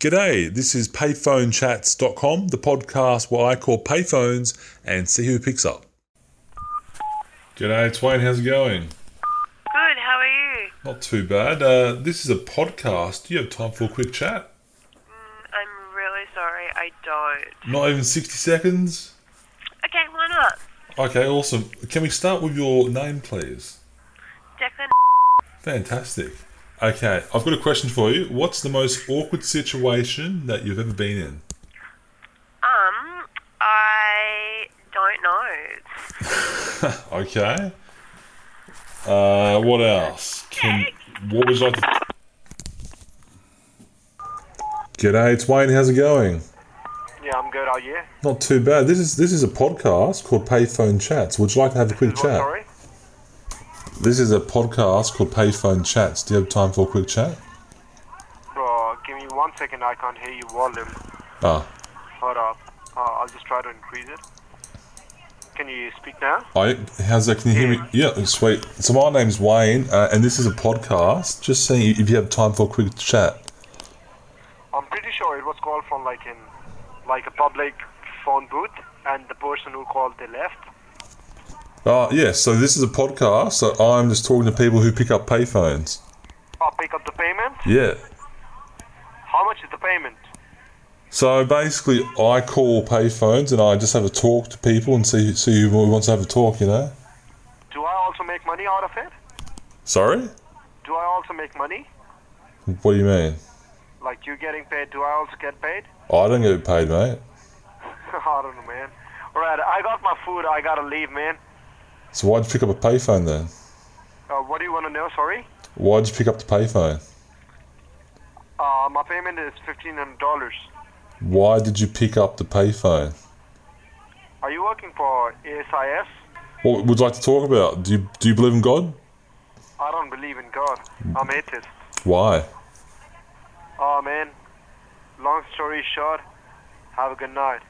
G'day, this is payphonechats.com, the podcast where I call payphones and see who picks up. G'day, it's Wayne, how's it going? Good, how are you? Not too bad. Uh, this is a podcast. Do you have time for a quick chat? Mm, I'm really sorry, I don't. Not even 60 seconds? Okay, why not? Okay, awesome. Can we start with your name, please? Declan, Fantastic. Okay, I've got a question for you. What's the most awkward situation that you've ever been in? um, I don't know. Okay. Uh, what else? Can what would you like? To... G'day, it's Wayne. How's it going? Yeah, I'm good. Are you? Not too bad. This is this is a podcast called Payphone Chats. Would you like to have a quick What, chat? Sorry. This is a podcast called Payphone Chats. Do you have time for a quick chat? Oh, give me one second. I can't hear your volume. Ah, Hold up. Uh, I'll just try to increase it. Can you speak now? I how's that? Can you hear me? Yeah, sweet. So my name's Wayne, uh, and this is a podcast. Just seeing if you have time for a quick chat. I'm pretty sure it was called from like in like a public phone booth, and the person who called they left. Ah, yeah. So this is a podcast. So I'm just talking to people who pick up payphones. I'll pick up the payment. Yeah. How much is the payment? So basically, I call payphones and I just have a talk to people and see see who wants to have a talk. You know. Do I also make money out of it? Sorry. Do I also make money? What do you mean? Like you getting paid? Do I also get paid? I don't get paid, mate. I don't know, man. Alright, I got my food. I gotta leave, man. So why'd you pick up a payphone then? Uh, what do you want to know? Sorry. Why'd you pick up the payphone? Uh, my payment is fifteen hundred dollars. Why did you pick up the payphone? Are you working for ASIS? What would you like to talk about? Do you do you believe in God? I don't believe in God. I'm atheist. Why? Oh man. Long story short, have a good night.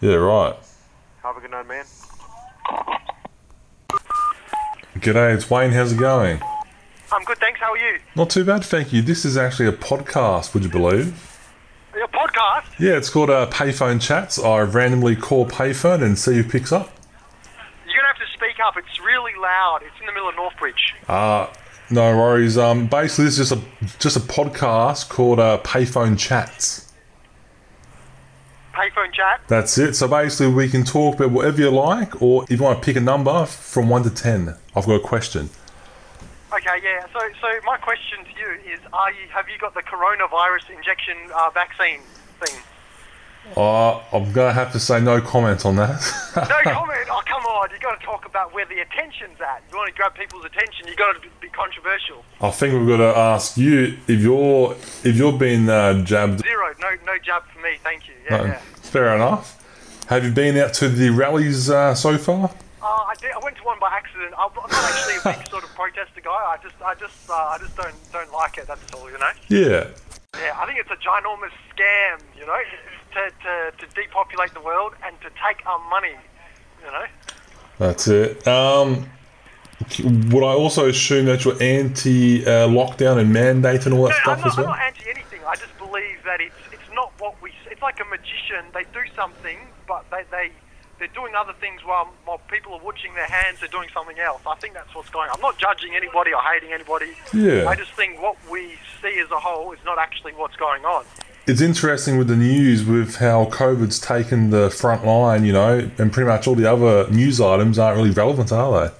Yeah, right. Have a good night, man. G'day, it's Wayne. How's it going? I'm good, thanks. How are you? Not too bad, thank you. This is actually a podcast. Would you believe? Your podcast? Yeah, it's called uh, Payphone Chats. I randomly call payphone and see who picks up. You're gonna have to speak up. It's really loud. It's in the middle of Northbridge. Uh, no worries. Um, basically, this is just a just a podcast called uh, Payphone Chats. Payphone chat. That's it. So basically, we can talk about whatever you like, or if you want to pick a number from one to ten. I've got a question. Okay, yeah. So, so my question to you is: Are you have you got the coronavirus injection uh, vaccine thing? Uh, I'm gonna have to say no comment on that. No comment. Oh, come on. You got to talk about where the attention's at. You want to grab people's attention. You got to be controversial. I think we've got to ask you if you're if you're being uh, jabbed. Zero. No, no jab for me. Thank you. Yeah. yeah. Fair enough. Have you been out to the rallies uh, so far? Uh, I, did, I went to one by accident. I'm not actually a big sort of protester guy. I just, I just, uh, I just don't, don't like it. That's all. You know. Yeah. Yeah. I think it's a ginormous scam. You know, to, to, to depopulate the world and to take our money. You know. That's it. Um, c- would I also assume that you're anti uh, lockdown and mandate and all that No, stuff I'm not, as well? I'm not anti anything. I just believe that it's it's not what we. It's like a magician. They do something, but they they they're doing other things while while people are watching their hands. They're doing something else. I think that's what's going. on. I'm not judging anybody or hating anybody. Yeah. I just think what we see as a whole is not actually what's going on. it's interesting with the news with how COVID's taken the front line, you know, and pretty much all the other news items aren't really relevant, are they?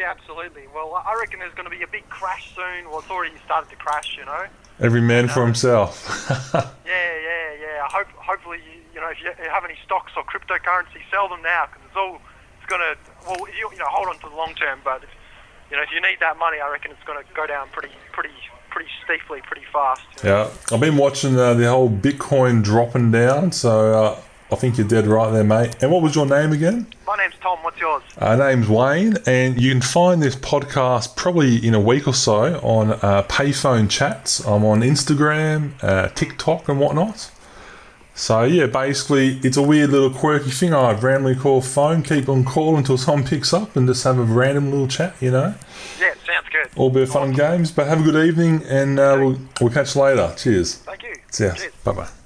Yeah, absolutely. Well, I reckon there's going to be a big crash soon. Well, it's already started to crash. You know. Every man for himself. Yeah, yeah, yeah. I hope, hopefully, you, you know, if you have any stocks or cryptocurrency, sell them now because it's all, it's gonna, well, you, you know, hold on to the long term. But if, you know, if you need that money, I reckon it's gonna go down pretty, pretty, pretty steeply, pretty fast. you know. yeah, I've been watching uh, the whole Bitcoin dropping down, so uh, I think you're dead right there, mate. And what was your name again? My name's Tom. What's yours? Our Uh, name's Wayne, and you can find this podcast probably in a week or so on uh, Payphone Chats. I'm on Instagram, uh, TikTok, and whatnot. So, yeah, basically, it's a weird little quirky thing. I randomly call phone, keep on calling until someone picks up, and just have a random little chat, you know. Yeah, sounds good. oh. All bit of fun and games, but have a good evening, and uh, we'll, we'll catch you later. Cheers. Thank you. See ya. Cheers. Bye bye.